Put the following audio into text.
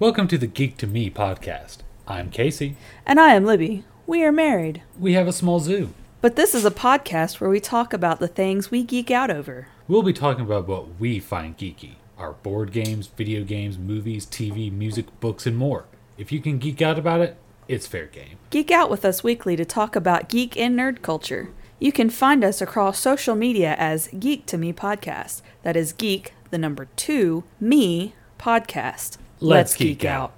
Welcome to the Geek to Me podcast. I'm Casey. And I am Libby. We are married. We have a small zoo. But this is a podcast where we talk about the things we geek out over. We'll be talking about what we find geeky our board games, video games, movies, TV, music, books, and more. If you can geek out about it, it's fair game. Geek out with us weekly to talk about geek and nerd culture. You can find us across social media as Geek to Me Podcast. That is Geek, the number two, Me Podcast. Let's geek out.